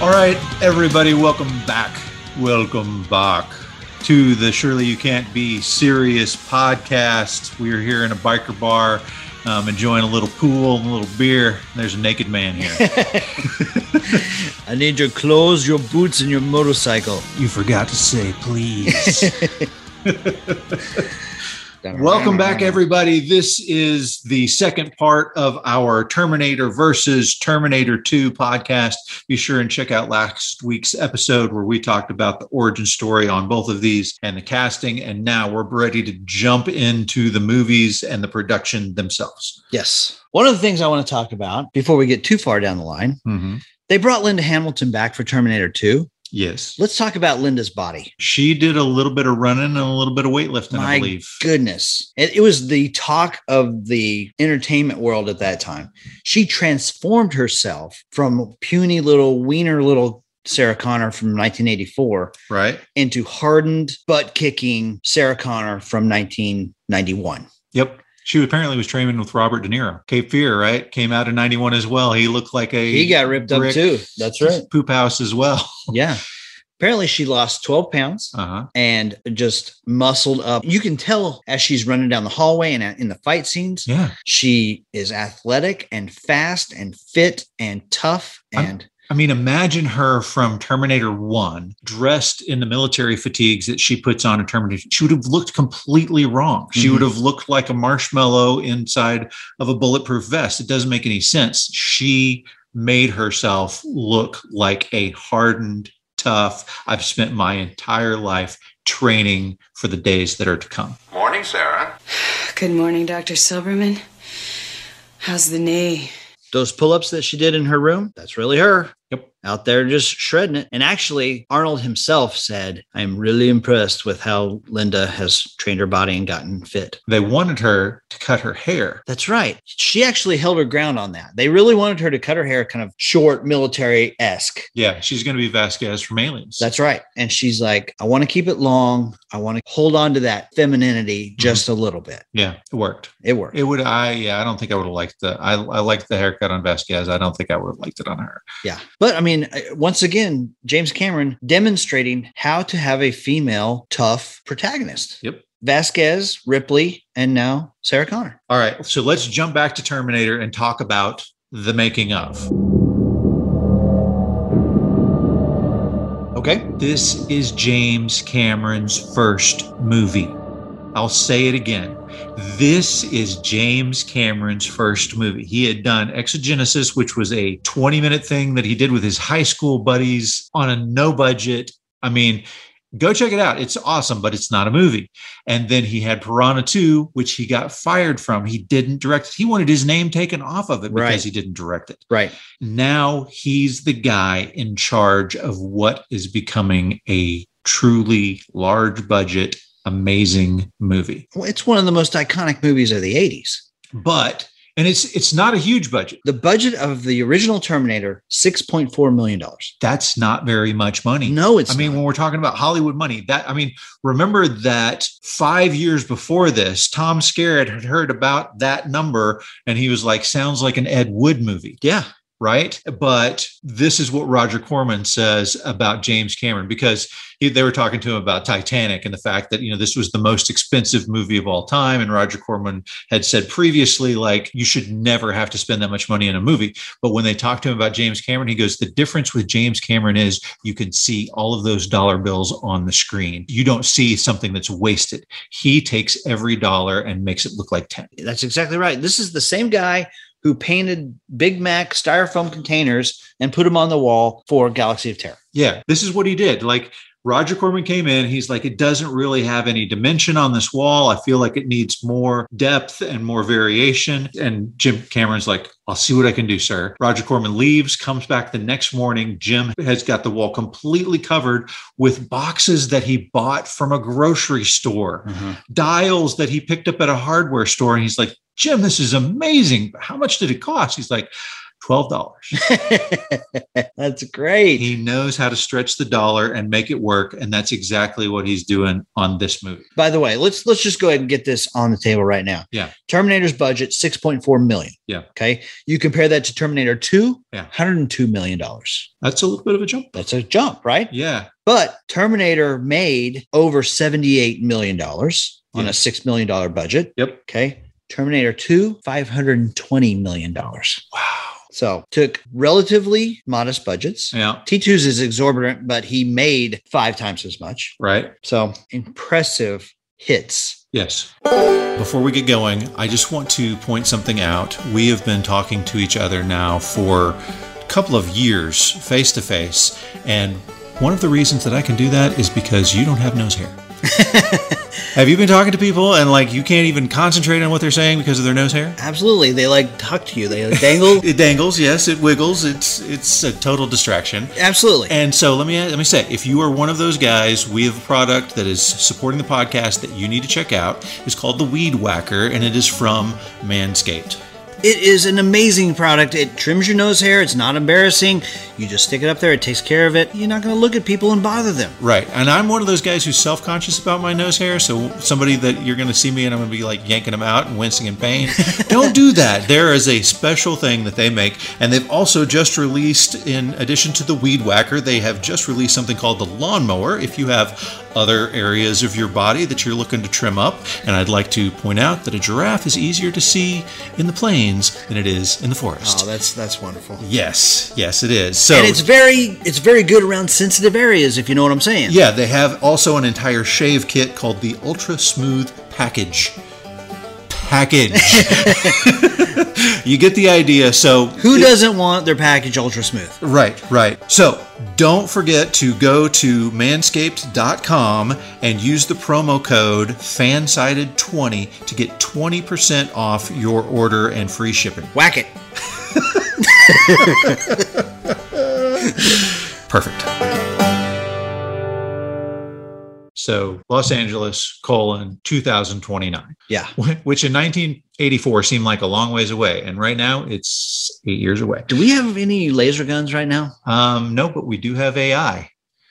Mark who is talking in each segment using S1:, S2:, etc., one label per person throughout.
S1: All right, everybody, welcome back. Welcome back to the Surely You Can't Be Serious podcast. We're here in a biker bar, um, enjoying a little pool and a little beer. There's a naked man here.
S2: I need your clothes, your boots, and your motorcycle.
S1: you forgot to say, please. Welcome back, everybody. This is the second part of our Terminator versus Terminator 2 podcast. Be sure and check out last week's episode where we talked about the origin story on both of these and the casting. And now we're ready to jump into the movies and the production themselves.
S2: Yes. One of the things I want to talk about before we get too far down the line, they brought Linda Hamilton back for Terminator 2.
S1: Yes.
S2: Let's talk about Linda's body.
S1: She did a little bit of running and a little bit of weightlifting, I
S2: My
S1: believe.
S2: Goodness. It, it was the talk of the entertainment world at that time. She transformed herself from puny little wiener little Sarah Connor from 1984
S1: Right?
S2: into hardened butt kicking Sarah Connor from 1991.
S1: Yep. She apparently was training with Robert De Niro. Cape Fear, right? Came out in 91 as well. He looked like a
S2: He got ripped up
S1: Rick.
S2: too. That's right.
S1: poop house as well.
S2: Yeah. Apparently, she lost 12 pounds
S1: Uh-huh.
S2: and just muscled up. You can tell as she's running down the hallway and in the fight scenes,
S1: Yeah.
S2: she is athletic and fast and fit and tough.
S1: I'm-
S2: And
S1: I mean, imagine her from Terminator 1 dressed in the military fatigues that she puts on in Terminator. She would have looked completely wrong. She
S2: Mhm.
S1: would have looked like a marshmallow inside of a bulletproof vest. It doesn't make any sense. She made herself look like a hardened, tough, I've spent my entire life training for the days that are to come.
S3: Morning, Sarah.
S4: Good morning, Dr. Silberman. How's the knee?
S2: those pull ups that she did in her room, that's really her.
S1: Yep.
S2: Out there just shredding it. And actually, Arnold himself said, I'm really impressed with how Linda has trained her body and gotten fit.
S1: They wanted her to cut her hair.
S2: That's right. She actually held her ground on that. They really wanted her to cut her hair kind of short, military esque.
S1: Yeah, she's going to be Vasquez from Aliens.
S2: That's right. And she's like, I want to keep it long. I want to hold on to that femininity just a little bit.
S1: yeah, it worked.
S2: It worked.
S1: It would. I Mm-hmm. yeah. I don't think I would have liked the. I I liked the haircut on Vasquez. I don't think I would have liked it on her.
S2: yeah. But I mean, I- once again, James Cameron demonstrating how to have a female tough protagonist.
S1: Yep.
S2: Vasquez, Ripley, and now Sarah Connor.
S1: All right. So let's jump back to Terminator and talk about the making of. Okay. This is James Cameron's first movie. I'll say it again. This is James Cameron's first movie. He had done Exogenesis, which was a 20 minute thing that he did with his high school buddies on a no budget. I mean, go check it out. It's awesome, but it's not a movie. And then he had Piranha 2, which he got fired from. He didn't direct it. He wanted his name taken off of it because
S2: Right.
S1: he didn't direct it
S2: Right.
S1: now he's the guy in charge of what is becoming a truly large budget, amazing movie.
S2: Well, it's one of the most iconic movies of the 80s.
S1: But and it's it's not a huge budget.
S2: The budget of the original Terminator, $6.4 million.
S1: That's not very much money.
S2: No, it's
S1: I mean,
S2: not.
S1: when we're talking about Hollywood money, that I mean, remember that five years before this, Tom Skerritt had heard about that number and he was like, sounds like an Ed Wood movie.
S2: yeah.
S1: right? But this is what Roger Corman says about James Cameron because he, they were talking to him about Titanic and the fact that you know this was the most expensive movie of all time, and Roger Corman had said previously like you should never have to spend that much money in a movie. But when they talked to him about James Cameron, he goes, the difference with James Cameron is you can see all of those dollar bills on the screen. You don't see something that's wasted. He takes every dollar and makes it look like ten.
S2: That's exactly right. This is the same guy who painted Big Mac styrofoam containers and put them on the wall for Galaxy of Terror.
S1: Yeah, this is what he did. Like Roger Corman came in, he's like, it doesn't really have any dimension on this wall. I feel like it needs more depth and more variation. And Jim Cameron's like, I'll see what I can do, sir. Roger Corman leaves, comes back the next morning. Jim has got the wall completely covered with boxes that he bought from a grocery store, dials that he picked up at a hardware store. And he's like, Jim, this is amazing. How much did it cost? He's like, twelve dollars.
S2: that's great.
S1: he knows how to stretch the dollar and make it work, and that's exactly what he's doing on this movie.
S2: By the way, let's let's just go ahead and get this on the table right now.
S1: Yeah.
S2: Terminator's budget 6.4 million.
S1: Yeah.
S2: Okay. You compare that to Terminator 2,
S1: Yeah.
S2: 102 million dollars.
S1: That's a little bit of a jump.
S2: That's a jump, right?
S1: Yeah,
S2: But Terminator made over 78 million dollars on
S1: Yeah.
S2: a 6 million dollar budget.
S1: Yep.
S2: Okay. Terminator 2, 520 million dollars.
S1: wow.
S2: So, took relatively modest budgets.
S1: Yeah,
S2: T2's is exorbitant, but he made five times as much.
S1: right.
S2: So impressive hits.
S1: Yes. Before we get going, I just want to point something out. We have been talking to each other now for a couple of years, face to face, and one of the reasons that I can do that is because you don't have nose hair. have you been talking to people and like you can't even concentrate on what they're saying because of their nose hair?
S2: Absolutely. They like talk to you, they like dangle.
S1: It dangles, yes, it wiggles. It's it's a total distraction.
S2: Absolutely.
S1: And so let me let me say, if you are one of those guys, we have a product that is supporting the podcast that you need to check out. It's called the Weed Whacker, and it is from Manscaped.
S2: It is an amazing product. It trims your nose hair. It's not embarrassing. You just stick it up there, it takes care of it. You're not going to look at people and bother them.
S1: Right. And I'm one of those guys who's self conscious about my nose hair. So somebody that you're going to see me and I'm going to be like yanking them out and wincing in pain. Don't do that. There is a special thing that they make. And they've also just released, in addition to the Weed Whacker, they have just released something called the Lawnmower. If you have other areas of your body that you're looking to trim up. And I'd like to point out that a giraffe is easier to see in the plains than it is in the forest.
S2: Oh, that's that's wonderful.
S1: yes. Yes, it is. So
S2: And it's very it's very good around sensitive areas if you know what I'm saying.
S1: Yeah, they have also an entire shave kit called the Ultra Smooth Package. Package. you get the idea. So,
S2: Who doesn't want their package ultra smooth?
S1: right, right. So, don't forget to go to manscaped.com and use the promo code FANSIDED20 to get 20% off your order and free shipping.
S2: Whack it.
S1: Perfect. So, Los Angeles, colon, 2029.
S2: Yeah.
S1: which in 1984 seemed like a long ways away, and right now it's eight years away.
S2: Do we have any laser guns right now?
S1: Um, no, but we do have AI.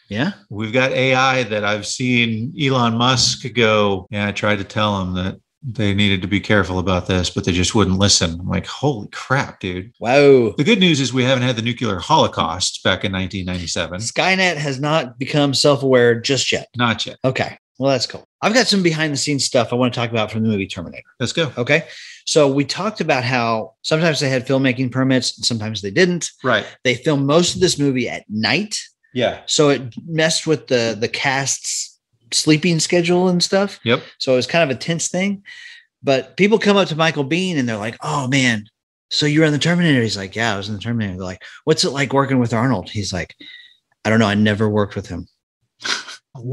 S2: Yeah.
S1: We've got AI that I've seen Elon Musk go. Yeah, I tried to tell him that they needed to be careful about this, but they just wouldn't listen. I'm like, holy crap, dude.
S2: Wow.
S1: The good news is we haven't had the nuclear holocaust back in 1997.
S2: Skynet has not become self aware just yet.
S1: Not yet.
S2: Okay. Well, that's cool. I've got some behind the scenes stuff I want to talk about from the movie Terminator.
S1: Let's go.
S2: Okay. So we talked about how sometimes they had filmmaking permits and sometimes they didn't.
S1: Right.
S2: They filmed most of this movie at night.
S1: Yeah.
S2: So it messed with the the cast's sleeping schedule and stuff.
S1: Yep.
S2: So it was kind of a tense thing. But people come up to Michael Bean and they're like, "Oh man, so you were in the Terminator?" He's like, "Yeah, I was in the Terminator." They're like, "What's it like working with Arnold?" He's like, "I don't know. I never worked with him."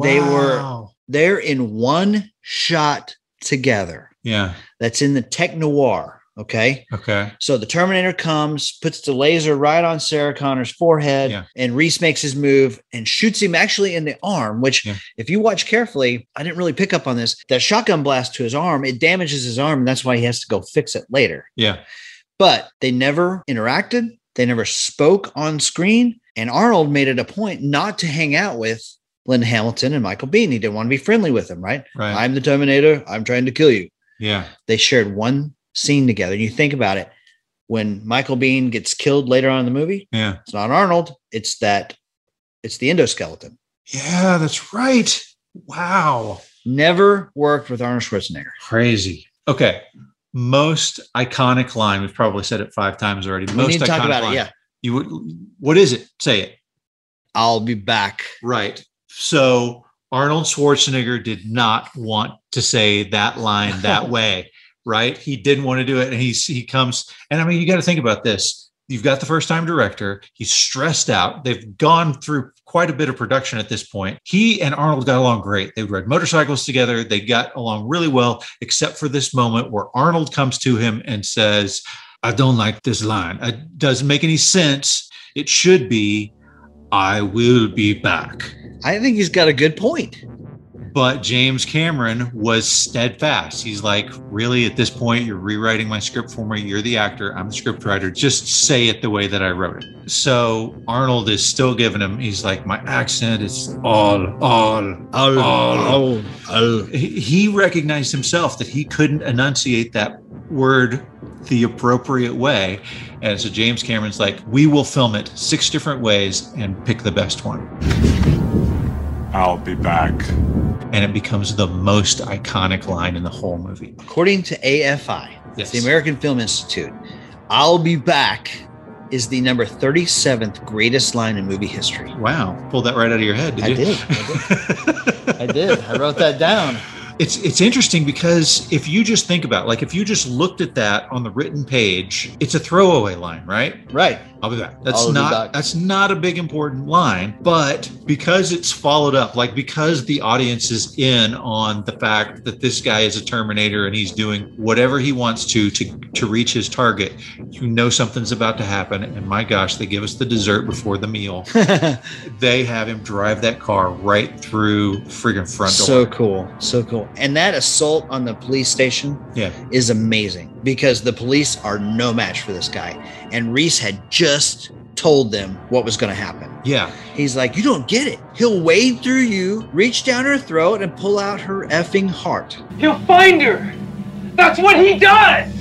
S2: They were-
S1: Wow.
S2: They're in one shot together.
S1: Yeah.
S2: That's in the tech noir. Okay.
S1: Okay.
S2: So the Terminator comes, puts the laser right on Sarah Connor's forehead,
S1: Yeah.
S2: and Reese makes his move and shoots him actually in the arm. Which,
S1: Yeah.
S2: if you watch carefully, I didn't really pick up on this. That shotgun blast to his arm, it damages his arm, and that's why he has to go fix it later.
S1: Yeah.
S2: But they never interacted, they never spoke on screen. And Arnold made it a point not to hang out with Lynn Hamilton and Michael Bean. He didn't want to be friendly with them, right?
S1: Right.
S2: I'm the Terminator, I'm trying to kill you
S1: yeah.
S2: they shared one scene together. You think about it when Michael Bean gets killed later on in the movie,
S1: Yeah.
S2: it's not Arnold, it's that it's the endoskeleton.
S1: Yeah. That's right. Wow.
S2: Never worked with Arnold Schwarzenegger.
S1: Crazy. Okay. Most iconic line. We've probably said it five times already. Most
S2: we need to
S1: iconic
S2: talk about
S1: line.
S2: it. Yeah.
S1: You would. What is it? Say it.
S2: I'll be back.
S1: Right. So Arnold Schwarzenegger did not want to say that line that way. Right. He didn't want to do it, and he's he comes. And I mean, you got to think about this. You've got the first time director. He's stressed out. They've gone through quite a bit of production at this point. He and Arnold got along great. They rode motorcycles together. They got along really well, except for this moment where Arnold comes to him and says, I don't like this line. It doesn't make any sense. It should be, I will be back.
S2: I think he's got a good point.
S1: But James Cameron was steadfast. He's like, really, at this point, you're rewriting my script for me. You're the actor. I'm the scriptwriter. Just say it the way that I wrote it. So Arnold is still giving him, he's like, my accent is all, all,
S2: I'll,
S1: Oh.
S2: I'll- I'll-
S1: he he recognized himself that he couldn't enunciate that word the appropriate way. And so James Cameron's like, we will film it six different ways and pick the best one.
S3: I'll be back.
S1: And it becomes the most iconic line in the whole movie.
S2: According to AFI,
S1: Yes.
S2: the American Film Institute, I'll be back is the number 37th greatest line in movie history.
S1: Wow. Pulled that right out of your head, did
S2: I
S1: you?
S2: did. I did. I wrote that down.
S1: It's it's interesting because if you just think about it, like if you just looked at that on the written page, it's a throwaway line, right?
S2: Right.
S1: I'll be back. That's
S2: I'll be
S1: not
S2: back.
S1: that's not a big important line, but because it's followed up, like because the audience is in on the fact that this guy is a terminator and he's doing whatever he wants to to to reach his target, you know something's about to happen and my gosh, they give us the dessert before the meal. they have him drive that car right through friggin' front door.
S2: so cool. So cool. And that assault on the police station
S1: Yeah.
S2: is amazing because the police are no match for this guy. And Reese had just told them what was going to happen.
S1: yeah.
S2: He's like, You don't get it. He'll wade through you, reach down her throat, and pull out her effing heart.
S5: He'll find her. That's what he does.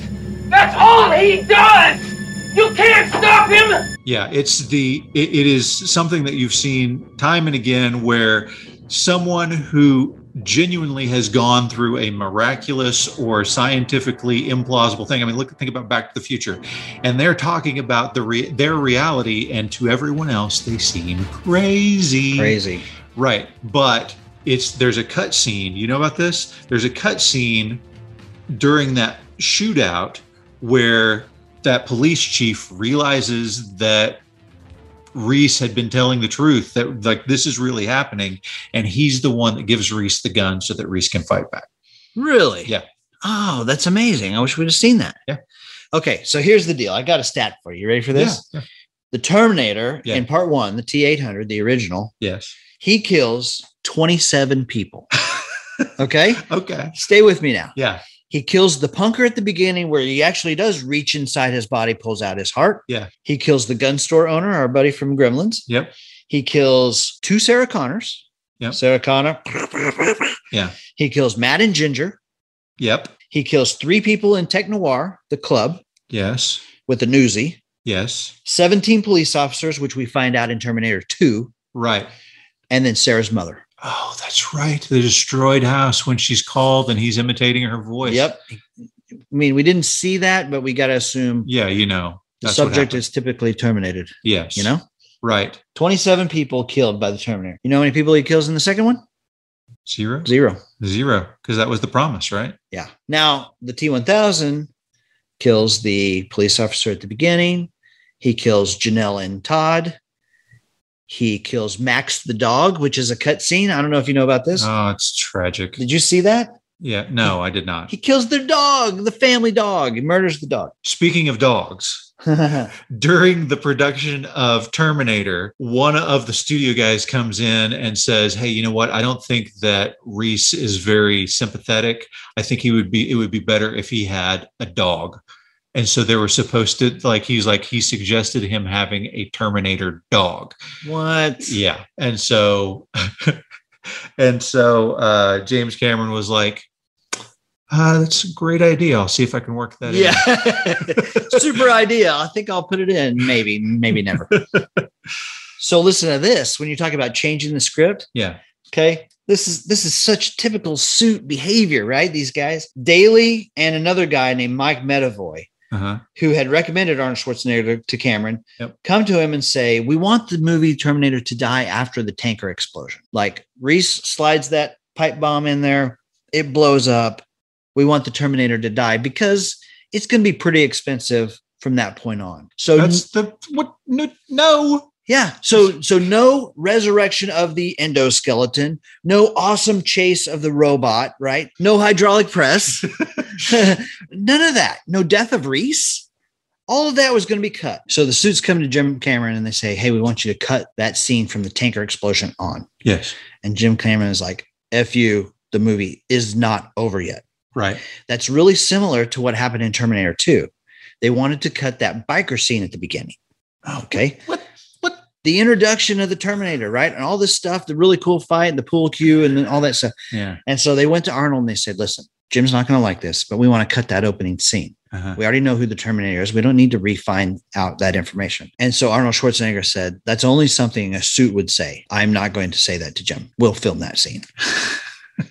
S5: That's all he does. You can't stop him.
S1: Yeah, it's the it, it is something that you've seen time and again where someone who genuinely has gone through a miraculous or scientifically implausible thing. I mean, look think about Back to the Future, and they're talking about the re, their reality, and to everyone else, they seem crazy.
S2: Crazy.
S1: Right, but it's there's a cut scene. You know about this? There's a cut scene during that shootout where that police chief realizes that Reese had been telling the truth that like this is really happening, and he's the one that gives Reese the gun so that Reese can fight back.
S2: Really?
S1: Yeah.
S2: Oh, that's amazing. I wish we'd have seen that.
S1: Yeah.
S2: Okay, so here's the deal. I got a stat for you. You ready for this?
S1: Yeah, yeah.
S2: The Terminator
S1: Yeah.
S2: in part one, the T 800, the original,
S1: Yes.
S2: he kills 27 people. okay,
S1: Okay.
S2: stay with me now.
S1: Yeah.
S2: He kills the punker at the beginning, where he actually does reach inside his body, pulls out his heart.
S1: Yeah.
S2: He kills the gun store owner, our buddy from Gremlins.
S1: Yep.
S2: He kills two Sarah Connors.
S1: Yep.
S2: Sarah Connor.
S1: Yeah.
S2: He kills Matt and Ginger.
S1: Yep.
S2: He kills three people in Tech Noir, the club,
S1: Yes.
S2: with the newsie,
S1: Yes.
S2: 17 police officers, which we find out in Terminator 2,
S1: Right.
S2: and then Sarah's mother.
S1: Oh, that's right. The destroyed house when she's called and he's imitating her voice.
S2: Yep. I mean, we didn't see that, but we got to assume
S1: Yeah, you know.
S2: the
S1: that's what
S2: subject
S1: happened.
S2: is typically terminated,
S1: yes.
S2: you know?
S1: Right.
S2: 27 people killed by the Terminator. You know how many people he kills in the second one?
S1: Zero?
S2: Zero.
S1: Zero. Because that was the promise, right?
S2: Yeah. Now, the T 1000 kills the police officer at the beginning. He kills Janelle and Todd. He kills Max the dog, which is a cutscene. I don't know if you know about this.
S1: Oh, it's tragic.
S2: Did you see that?
S1: Yeah. No, I did not.
S2: He kills their dog, the family dog. He murders the dog.
S1: Speaking of dogs, during the production of Terminator, one of the studio guys comes in and says, Hey, you know what? I don't think that Reese is very sympathetic. I think he would be, it would be better if he had a dog. And so they were supposed to, like, he's like, he suggested him having a Terminator dog.
S2: what?
S1: Yeah. And so and so uh James Cameron was like, uh, that's a great idea. I'll see if I can work that
S2: Yeah.
S1: in.
S2: Super idea. I think I'll put it in. Maybe, maybe never. so listen to this. When you talk about changing the script,
S1: Yeah.
S2: okay? This is this is such typical suit behavior, right? These guys. Daly and another guy named Mike Medavoy,
S1: Uh-huh.
S2: who had recommended Arnold Schwarzenegger to Cameron,
S1: Yep.
S2: come to him and say, We want the movie Terminator to die after the tanker explosion. Like Reese slides that pipe bomb in there, it blows up. We want the Terminator to die because it's going to be pretty expensive from that point on. So,
S1: That's the what no, no.
S2: yeah. So, so no resurrection of the endoskeleton, no awesome chase of the robot, right? No hydraulic press, none of that. No death of Reese. All of that was going to be cut. So the suits come to Jim Cameron and they say, "Hey, we want you to cut that scene from the tanker explosion on."
S1: Yes.
S2: And Jim Cameron is like, fu the movie is not over yet
S1: Right.
S2: that's really similar to what happened in terminator 2 they wanted to cut that biker scene at the beginning okay
S1: Oh. What? What?
S2: the introduction of the terminator right and all this stuff the really cool fight the pool cue and then all that stuff
S1: Yeah.
S2: and so they went to arnold and they said listen jim's not going to like this but we want to cut that opening scene
S1: Uh-huh.
S2: we already know who the Terminator is. We don't need to refine out that information. And so Arnold Schwarzenegger said, That's only something a suit would say. I'm not going to say that to Jim. We'll film that scene.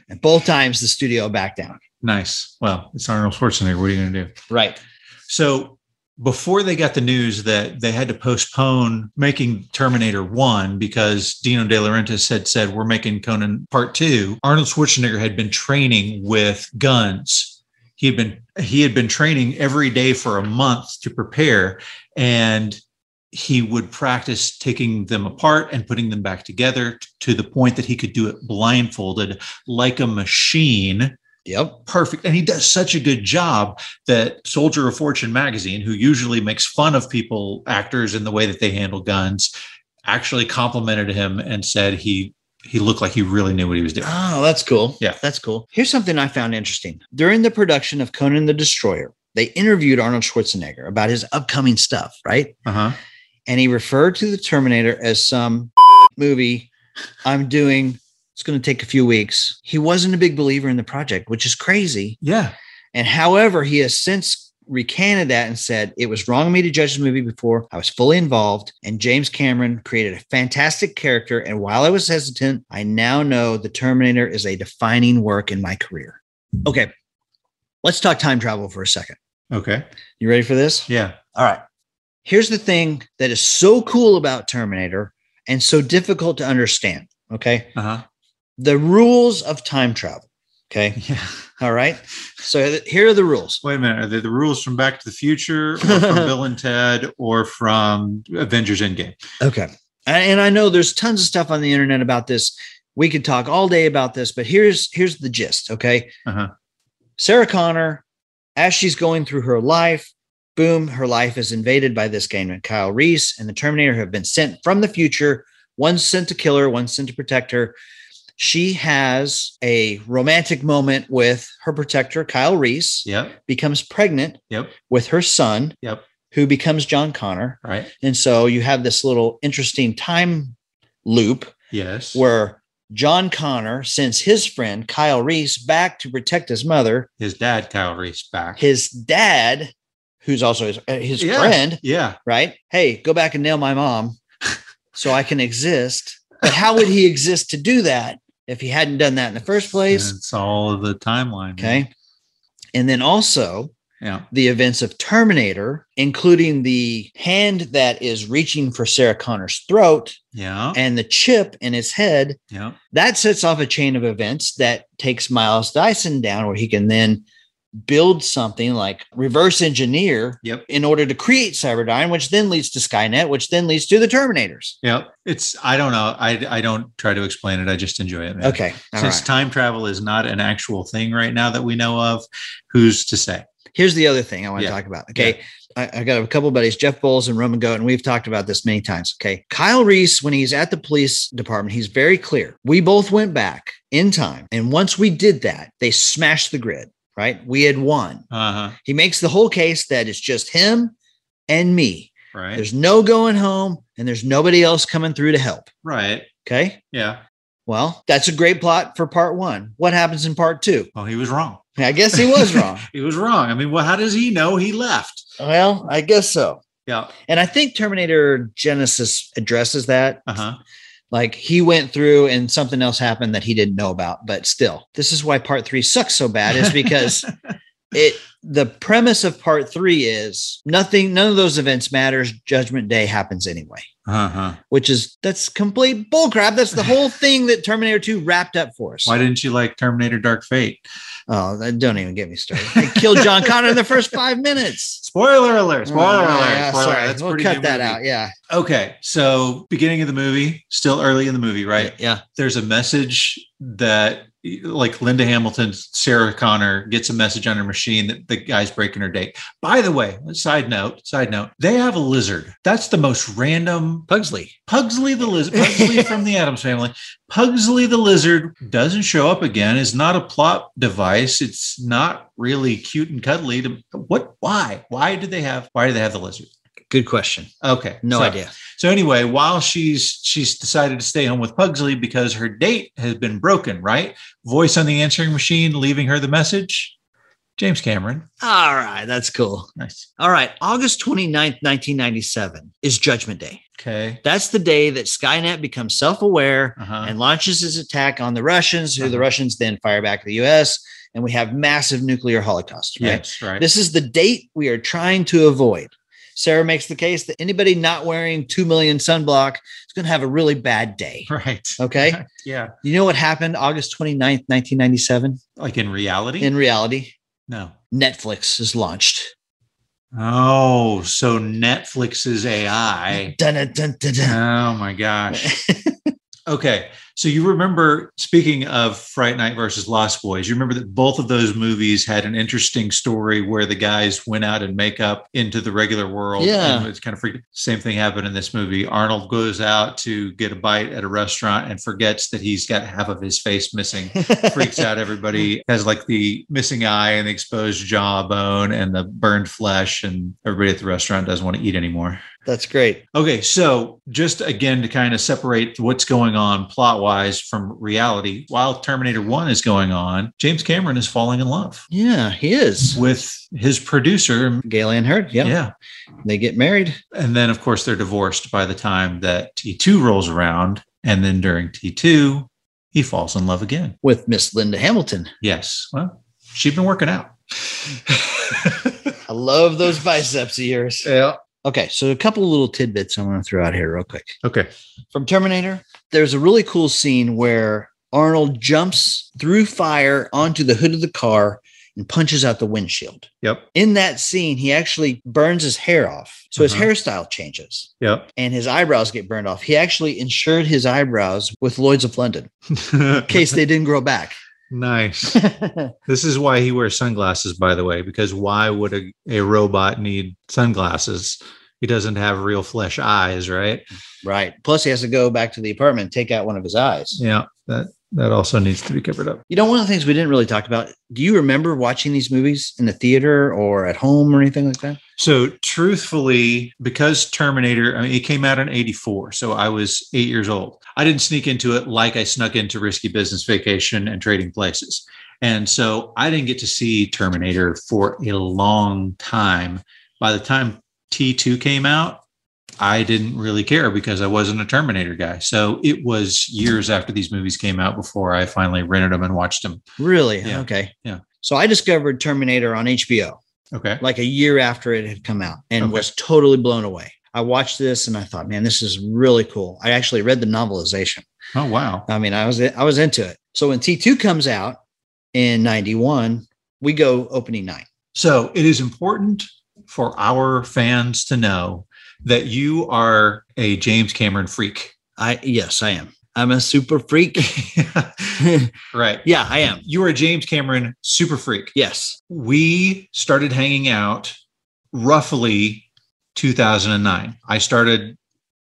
S2: and both times the studio backed down.
S1: Nice. Well, it's Arnold Schwarzenegger. What are you going to do?
S2: Right.
S1: So before they got the news that they had to postpone making Terminator 1 because Dino De Laurentiis had said, We're making Conan part two, Arnold Schwarzenegger had been training with guns. He had been he had been training every day for a month to prepare and he would practice taking them apart and putting them back together t- to the point that he could do it blindfolded like a machine
S2: Yep.
S1: perfect. And he does such a good job that Soldier of Fortune magazine, who usually makes fun of people, actors, and the way that they handle guns, actually complimented him and said he he looked like he really knew what he was doing.
S2: Oh, that's cool.
S1: Yeah.
S2: That's cool. Here's something I found interesting. During the production of Conan the Destroyer, they interviewed Arnold Schwarzenegger about his upcoming stuff, right?
S1: Uh-huh.
S2: And he referred to the Terminator as some movie I'm doing. It's going to take a few weeks. He wasn't a big believer in the project, which is crazy.
S1: Yeah.
S2: And however, he has since recanted that and said, It was wrong of me to judge the movie before. I was fully involved. And James Cameron created a fantastic character. And while I was hesitant, I now know the Terminator is a defining work in my career. Okay. Let's talk time travel for a second.
S1: Okay.
S2: You ready for this?
S1: Yeah.
S2: All right. Here's the thing that is so cool about Terminator and so difficult to understand. Okay.
S1: Uh-huh.
S2: The rules of time travel. Okay.
S1: Yeah.
S2: All right. So th- here are the rules.
S1: Wait a minute. Are they the rules from Back to the Future or from Bill and Ted or from Avengers Endgame?
S2: Okay. A- And I know there's tons of stuff on the internet about this. We could talk all day about this, but here's here's the gist. Okay.
S1: Uh-huh.
S2: Sarah Connor, as she's going through her life, boom, her life is invaded by this guy named Kyle Reese and the Terminator who have been sent from the future. One sent to kill her, one sent to protect her. She has a romantic moment with her protector, Kyle Reese,
S1: Yep.
S2: becomes pregnant
S1: Yep.
S2: with her son,
S1: Yep.
S2: who becomes John Connor.
S1: Right.
S2: And so you have this little interesting time loop
S1: Yes.
S2: where John Connor sends his friend Kyle Reese back to protect his mother.
S1: his dad, Kyle Reese, back.
S2: His dad, who's also his, uh, his
S1: Yeah.
S2: friend,
S1: yeah.
S2: right? Hey, go back and nail my mom so I can exist. But how would he exist to do that if he hadn't done that in the first place?
S1: It's all of the timeline. man.
S2: Okay. And then also,
S1: Yeah.
S2: the events of Terminator, including the hand that is reaching for Sarah Connor's throat
S1: Yeah.
S2: and the chip in his head,
S1: Yeah.
S2: that sets off a chain of events that takes Miles Dyson down where he can then build something like reverse engineer
S1: Yep.
S2: in order to create Cyberdyne, which then leads to Skynet, which then leads to the Terminators.
S1: Yeah, it's I don't know. I I don't try to explain it. I just enjoy it. Man.
S2: Okay. all
S1: Since
S2: right.
S1: time travel is not an actual thing right now that we know of, who's to say?
S2: Here's the other thing I want
S1: Yeah.
S2: to talk about. Okay. I, I got a couple buddies, Jeff Bowles and Roman Goat, and we've talked about this many times. Okay. Kyle Reese, when he's at the police department, he's very clear. We both went back in time. And once we did that, they smashed the grid, right? We had won.
S1: Uh huh.
S2: He makes the whole case that it's just him and me.
S1: Right.
S2: There's no going home and there's nobody else coming through to help.
S1: right.
S2: Okay.
S1: Yeah.
S2: Well, that's a great plot for part one. What happens in part two?
S1: Well, he was wrong.
S2: I guess he was wrong.
S1: He was wrong. I mean, well, how does he know he left?
S2: well, I guess so.
S1: Yeah.
S2: And I think Terminator Genesis addresses that.
S1: Uh huh.
S2: Like he went through and something else happened that he didn't know about, but still, this is why part three sucks so bad, is because it the premise of part three is nothing, none of those events matters. Judgment Day happens anyway,
S1: Uh huh.
S2: which is that's complete bullcrap. That's the whole thing that Terminator 2 wrapped up for us.
S1: Why didn't you like Terminator Dark Fate?
S2: Oh, that- don't even get me started. It killed John Connor in the first five minutes.
S1: Spoiler alert! Spoiler
S2: Oh,
S1: alert!
S2: yeah,
S1: spoiler
S2: sorry.
S1: alert. That's a
S2: we'll
S1: pretty
S2: cut
S1: new
S2: that
S1: movie.
S2: out. Yeah.
S1: Okay, so beginning of the movie, still early in the movie, right?
S2: Yeah.
S1: there's a message that like Linda Hamilton, Sarah Connor gets a message on her machine that the guy's breaking her date. By the way, side note, side note, they have a lizard. That's the most random
S2: Pugsley.
S1: Pugsley the lizard, Pugsley from the Adams family. Pugsley the lizard doesn't show up again. Is not a plot device. It's not really cute and cuddly. To, what? Why? Why do they have? Why do they have the lizard?
S2: Good question.
S1: Okay,
S2: No
S1: so-
S2: idea.
S1: So anyway, while she's she's decided to stay home with Pugsley because her date has been broken. Right? Voice on the answering machine leaving her the message. James Cameron.
S2: All right, that's cool.
S1: Nice.
S2: All right, August 29th, 1997 is Judgment Day.
S1: Okay.
S2: That's the day that Skynet becomes self aware
S1: Uh-huh.
S2: and launches his attack on the Russians, who the
S1: Uh-huh.
S2: Russians then fire back at the US, and we have massive nuclear holocaust. Right?
S1: yes. Right.
S2: This is the date we are trying to avoid. Sarah makes the case that anybody not wearing 2 million sunblock is going to have a really bad day.
S1: right.
S2: Okay.
S1: Yeah.
S2: You know what happened August 29th, 1997?
S1: Like in reality.
S2: In reality,
S1: no.
S2: Netflix is launched.
S1: Oh, so Netflix's AI.
S2: Dun, dun, dun, dun, dun.
S1: oh my gosh. Okay. So you remember, speaking of Fright Night versus Lost Boys, you remember that both of those movies had an interesting story where the guys went out in makeup into the regular world.
S2: Yeah.
S1: And it's kind of freaky. Same thing happened in this movie. Arnold goes out to get a bite at a restaurant and forgets that he's got half of his face missing, freaks out everybody, has like the missing eye and the exposed jawbone and the burned flesh. And everybody at the restaurant doesn't want to eat anymore.
S2: That's great.
S1: Okay, so just again to kind of separate what's going on plot wise from reality, while Terminator 1 is going on, James Cameron is falling in love
S2: Yeah, he is.
S1: with his producer.
S2: Gail Ann Hurd. Yep.
S1: Yeah.
S2: They get married.
S1: And then, of course, they're divorced by the time that T2 rolls around. And then during T2, he falls in love again.
S2: with Miss Linda Hamilton.
S1: Yes. Well, she'd been working out.
S2: I love those biceps of yours.
S1: yeah.
S2: Okay, so a couple of little tidbits I want to throw out here real quick.
S1: Okay.
S2: From Terminator, there's a really cool scene where Arnold jumps through fire onto the hood of the car and punches out the windshield.
S1: Yep.
S2: In that scene, he actually burns his hair off. So his
S1: Uh-huh.
S2: hairstyle changes
S1: Yep.
S2: and his eyebrows get burned off. He actually insured his eyebrows with Lloyd's of London in case they didn't grow back.
S1: Nice. This is why he wears sunglasses, by the way, because why would a, a robot need sunglasses? He doesn't have real flesh eyes, right?
S2: right. Plus, he has to go back to the apartment and take out one of his eyes.
S1: Yeah, that that also needs to be covered up.
S2: You know, one of the things we didn't really talk about. Do you remember watching these movies in the theater or at home or anything like that?
S1: So, truthfully, because Terminator, I mean, it came out in 84, so I was eight years old. I didn't sneak into it like I snuck into Risky Business Vacation and Trading Places. And so I didn't get to see Terminator for a long time. By the time T2 came out, I didn't really care because I wasn't a Terminator guy. So it was years after these movies came out before I finally rented them and watched them.
S2: Really?
S1: Yeah.
S2: Okay.
S1: Yeah.
S2: So I discovered Terminator on HBO
S1: Okay.
S2: like a year after it had come out and
S1: Okay.
S2: was totally blown away. I watched this and I thought, man, this is really cool. I actually read the novelization.
S1: Oh, wow.
S2: I mean, I was I was into it. So when T2 comes out in 91, we go opening night.
S1: So it is important for our fans to know that you are a James Cameron freak.
S2: I yes, I am. I'm a super freak.
S1: right.
S2: yeah, I am.
S1: You are a James Cameron super freak.
S2: Yes.
S1: We started hanging out roughly 2009. I started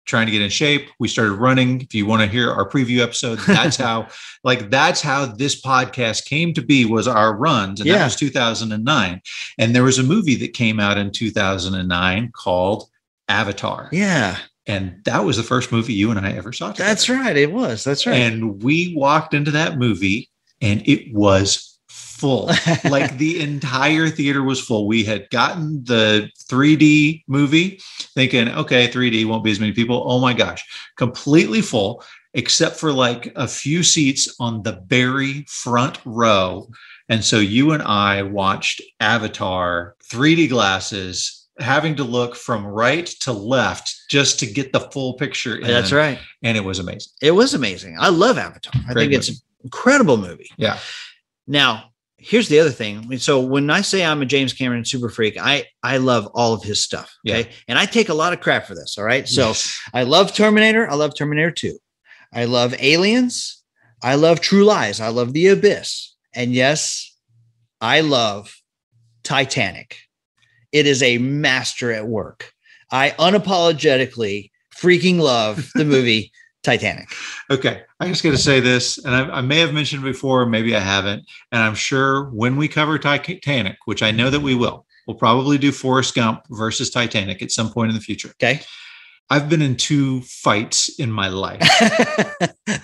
S1: trying to get in shape. We started running. If you want to hear our preview episode, that's how like that's how this podcast came to be was our runs and that
S2: Yeah.
S1: was 2009. And there was a movie that came out in 2009 called Avatar.
S2: Yeah.
S1: And that was the first movie you and I ever saw. together.
S2: That's right. It was. That's right.
S1: And we walked into that movie and it was full. like the entire theater was full. We had gotten the 3D movie thinking, okay, 3D won't be as many people. Oh my gosh, completely full, except for like a few seats on the very front row. And so you and I watched Avatar 3D glasses, having to look from right to left just to get the full picture. In,
S2: That's right.
S1: And it was amazing.
S2: It was amazing. I love Avatar. I
S1: Great
S2: think it's an incredible movie.
S1: Yeah.
S2: Now, here's the other thing. So when I say I'm a James Cameron super freak, I I love all of his stuff. Okay. And I take a lot of crap for this. All right. So
S1: Yes.
S2: I love Terminator. I love Terminator 2. I love Aliens. I love True Lies. I love The Abyss. And yes, I love Titanic. It is a master at work. I unapologetically freaking love the movie Titanic.
S1: Okay, I just got to say this, and I, I may have mentioned before, maybe I haven't, and I'm sure when we cover Titanic, which I know that we will, we'll probably do Forrest Gump versus Titanic at some point in the future.
S2: Okay.
S1: I've been in two fights in my life.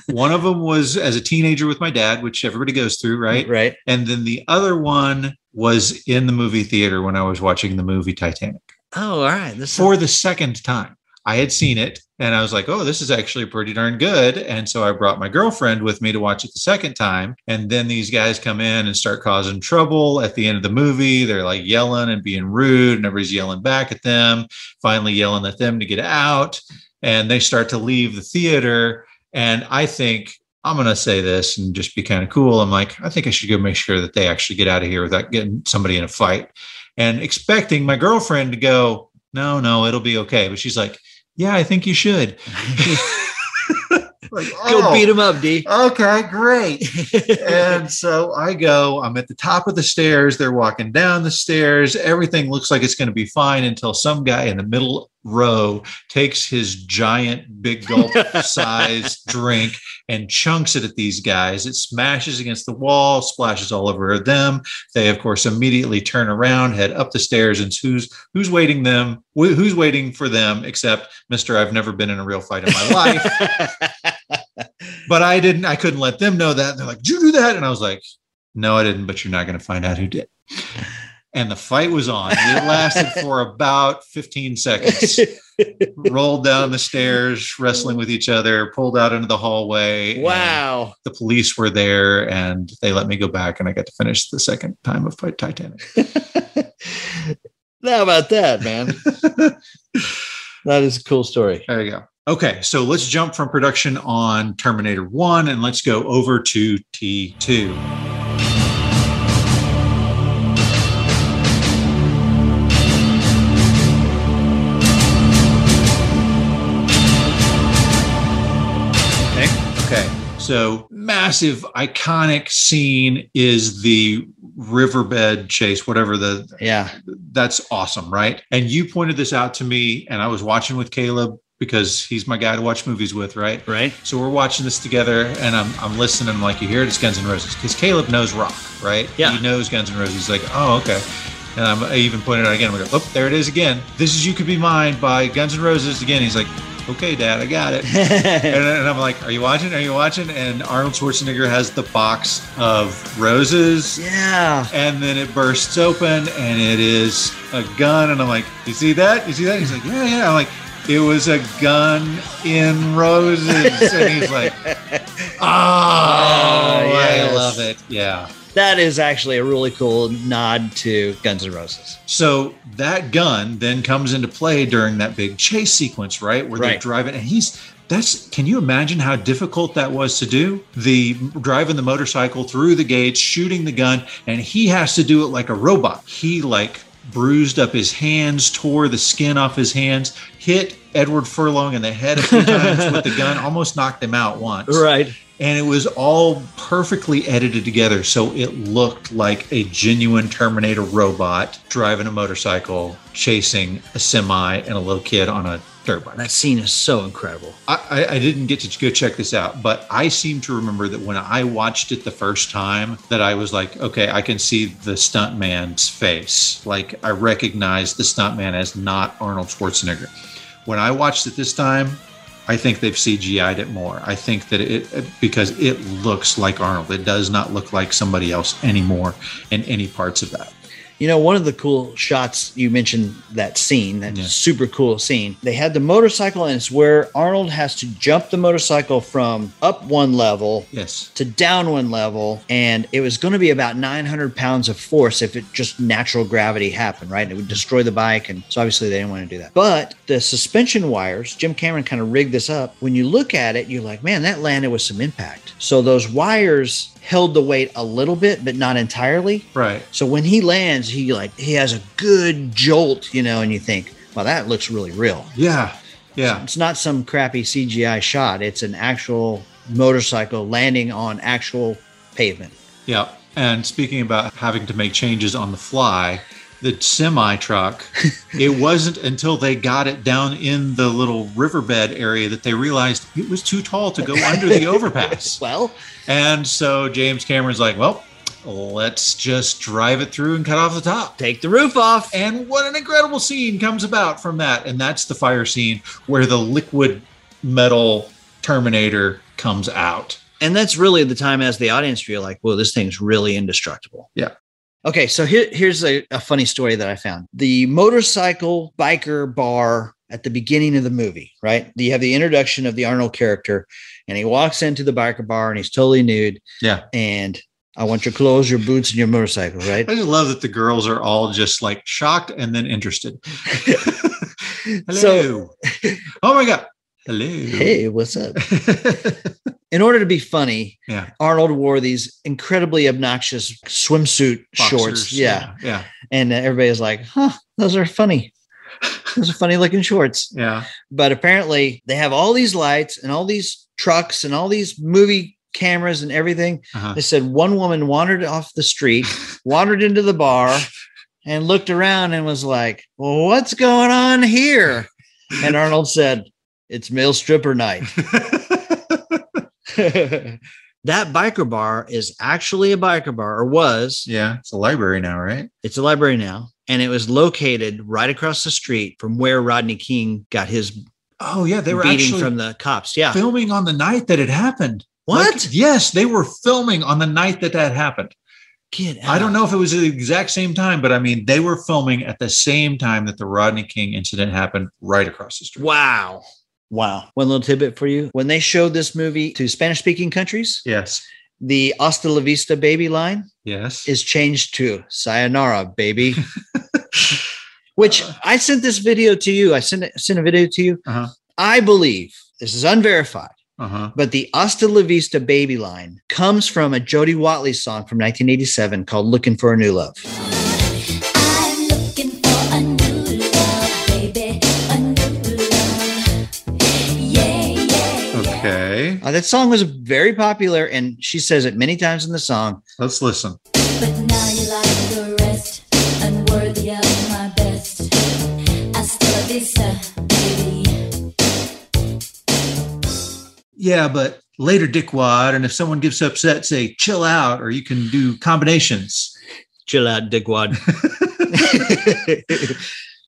S1: one of them was as a teenager with my dad, which everybody goes through, right?
S2: right.
S1: And then the other one was in the movie theater when I was watching the movie Titanic
S2: Oh, all right. This
S1: for the second time. I had seen it and I was like, oh, this is actually pretty darn good. And so I brought my girlfriend with me to watch it the second time. And then these guys come in and start causing trouble at the end of the movie. They're like yelling and being rude, and everybody's yelling back at them, finally yelling at them to get out. And they start to leave the theater. And I think, I'm going to say this and just be kind of cool. I'm like, I think I should go make sure that they actually get out of here without getting somebody in a fight and expecting my girlfriend to go, no, no, it'll be okay. But she's like, yeah, I think you should. Like,
S2: go
S1: oh,
S2: beat him up, D.
S1: Okay, great. and so I go, I'm at the top of the stairs. They're walking down the stairs. Everything looks like it's going to be fine until some guy in the middle row takes his giant, big gulp sized drink and chunks it at these guys. It smashes against the wall, splashes all over them. They, of course, immediately turn around, head up the stairs, and who's who's waiting them? Wh- Who's waiting for them? Except Mister, I've never been in a real fight in my life but I didn't, I couldn't let them know that. And they're like, Did you do that? And I was like, No, I didn't, but you're not going to find out who did. And the fight was on. It lasted for about 15 seconds. Rolled down the stairs, wrestling with each other, pulled out into the hallway. and
S2: wow.
S1: The police were there and they let me go back, and I got to finish the second time of fight Titanic.
S2: How about that, man? that is a cool story.
S1: There you go. Okay, so let's jump from production on Terminator 1 and let's go over to T2. Okay. Okay. So, massive iconic scene is the riverbed chase, whatever the
S2: Yeah.
S1: that's awesome, right? And you pointed this out to me, and I was watching with Caleb because he's my guy to watch movies with, right?
S2: Right.
S1: So we're watching this together, and I'm, I'm listening. I'm like, you hear it? It's Guns N' Roses because Caleb knows rock, right?
S2: Yeah.
S1: He knows Guns N' Roses. He's like, oh, okay. And I'm, I even pointed out again. I'm like, oh, there it is again. This is "You Could Be Mine" by Guns N' Roses again. He's like, okay, Dad, I got it. And, and I'm like, are you watching? Are you watching? And Arnold Schwarzenegger has the box of roses
S2: yeah.
S1: and then it bursts open and it is a gun and i'm like you see that you see that he's like yeah yeah i'm like it was a gun in roses and he's like oh,
S2: Ah, yes.
S1: i love it yeah
S2: That is actually a really cool nod to Guns N' Roses.
S1: so that gun then comes into play during that big chase sequence right where
S2: Right.
S1: they're driving and he's that's can you imagine how difficult that was to do the driving the motorcycle through the gates shooting the gun and he has to do it like a robot he like bruised up his hands tore the skin off his hands hit edward furlong in the head a few times with the gun almost knocked him out once
S2: Right.
S1: and it was all perfectly edited together so it looked like a genuine terminator robot driving a motorcycle chasing a semi and a little kid on a dirt bike
S2: That scene is so incredible.
S1: I, I- I didn't get to go check this out but i seem to remember that when i watched it the first time that i was like okay i can see the stuntman's face like i recognize the stuntman as not arnold schwarzenegger when i watched it this time I think they've CGI'd it more. I think that it because it looks like Arnold. It does not look like somebody else anymore in any parts of that.
S2: You know, one of the cool shots you mentioned that scene, that
S1: Yeah.
S2: super cool scene. They had the motorcycle, and it's where Arnold has to jump the motorcycle from up one level
S1: Yes.
S2: to down one level, and it was going to be about 900 pounds of force if it just natural gravity happened, right? It would destroy the bike, and so obviously they didn't want to do that. But the suspension wires, Jim Cameron kind of rigged this up. When you look at it, you're like, man, that landed with some impact. So those wires held the weight a little bit, but not entirely.
S1: Right.
S2: So when he lands, he like he has a good jolt, you know, and you think, well, that looks really real.
S1: Yeah. Yeah.
S2: It's not some crappy CGI shot. It's an actual motorcycle landing on actual pavement.
S1: Yeah. And speaking about having to make changes on the fly, the semi truck, it wasn't until they got it down in the little riverbed area that they realized it was too tall to go under the overpass.
S2: Well,
S1: And so James Cameron's like, well, let's just drive it through and cut off the top.
S2: take the roof off.
S1: And what an incredible scene comes about from that. And that's the fire scene where the liquid metal Terminator comes out.
S2: And that's really the time as the audience, you're like, whoa, this thing's really indestructible.
S1: Yeah.
S2: Okay. So here, here's a, a funny story that I found the motorcycle biker bar at the beginning of the movie, right? You have the introduction of the Arnold character, and he walks into the biker bar and he's totally nude.
S1: Yeah.
S2: And I want your clothes, your boots, and your motorcycle, right?
S1: I just love that the girls are all just like shocked and then interested. Hello.
S2: So-
S1: oh my God. Hello.
S2: hey, what's up? in order to be funny,
S1: Yeah.
S2: Arnold wore these incredibly obnoxious swimsuit shorts.
S1: Boxers,
S2: Yeah.
S1: Yeah.
S2: And everybody's like, huh, those are funny. Those are funny looking shorts.
S1: Yeah.
S2: But apparently they have all these lights and all these trucks and all these movie cameras and everything.
S1: Uh-huh.
S2: They said one woman wandered off the street, wandered into the bar and looked around and was like, well, what's going on here? And Arnold said, it's male stripper night. that biker bar is actually a biker bar or was.
S1: yeah. It's a library now, right?
S2: It's a library now. And it was located right across the street from where Rodney King got his
S1: Oh, yeah. They were
S2: beating
S1: actually
S2: from the cops. Yeah.
S1: filming on the night that it happened.
S2: What?
S1: Like, yes, they were filming on the night that that happened.
S2: Get
S1: I don't
S2: out.
S1: know if it was at the exact same time, but I mean, they were filming at the same time that the Rodney King incident happened right across the street.
S2: Wow. Wow. One little tidbit for you. When they showed this movie to Spanish speaking countries,
S1: Yes.
S2: the hasta la vista baby line
S1: Yes.
S2: is changed to sayonara baby. Which I sent this video to you. I sent, it- sent a video to you.
S1: Uh-huh.
S2: I believe this is unverified.
S1: Uh huh.
S2: But the Hasta La Vista Baby line comes from a Jody Watley song from 1987 called Looking for a New Love.
S6: I'm looking for a new love, baby, a new love. Yeah, yeah.
S1: Okay.
S2: Uh, that song was very popular, and she says it many times in the song.
S1: Let's listen.
S6: But now you're like the rest, unworthy of my best. Hasta la vista, baby.
S1: Yeah, but later, dickwad. And if someone gets upset, say chill out, or you can do combinations.
S2: Chill out, Digwad.
S1: Oh,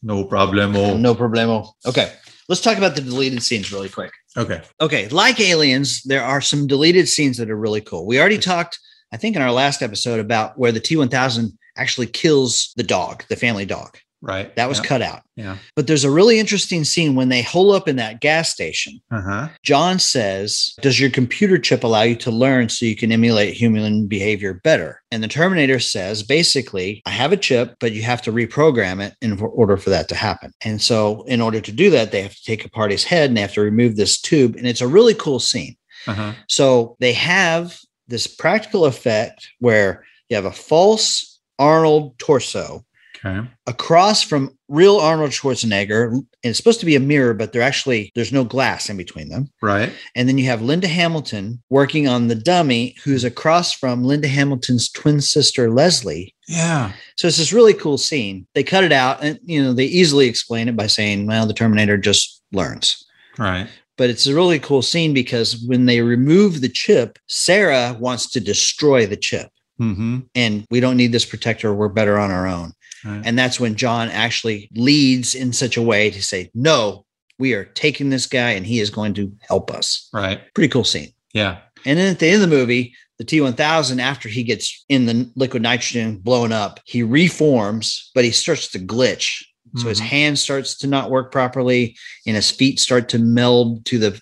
S1: No problemo.
S2: no problemo. Okay, let's talk about the deleted scenes really quick.
S1: Okay.
S2: Okay, like Aliens, there are some deleted scenes that are really cool. We already talked, I think, in our last episode about where the T 1000 actually kills the dog, the family dog.
S1: Right.
S2: That was cut out.
S1: Yeah.
S2: But there's a really interesting scene when they hole up in that gas station.
S1: Uh huh.
S2: John says, Does your computer chip allow you to learn so you can emulate human behavior better? And the Terminator says, basically, I have a chip, but you have to reprogram it in order for that to happen. And so, in order to do that, they have to take apart his head and they have to remove this tube. And it's a really cool scene.
S1: Uh huh.
S2: So, they have this practical effect where you have a false Arnold torso
S1: Okay.
S2: across from real Arnold Schwarzenegger. And it's supposed to be a mirror, but they're actually there's no glass in between them.
S1: Right.
S2: And then you have Linda Hamilton working on the dummy, who's across from Linda Hamilton's twin sister Leslie.
S1: Yeah.
S2: So it's this really cool scene. They cut it out, and you know they easily explain it by saying, "Well, the Terminator just learns."
S1: Right.
S2: But it's a really cool scene because when they remove the chip, Sarah wants to destroy the chip
S1: Mm-hmm.
S2: and we don't need this protector. We're better on our own.
S1: Right.
S2: And that's when John actually leads in such a way to say, no, we are taking this guy and he is going to help us.
S1: Right.
S2: Pretty cool scene.
S1: Yeah.
S2: And then at the end of the movie, the T 1000, after he gets in the liquid nitrogen blown up, he reforms, but he starts to glitch. So his
S1: Mhm.
S2: hand starts to not work properly and his feet start to meld to the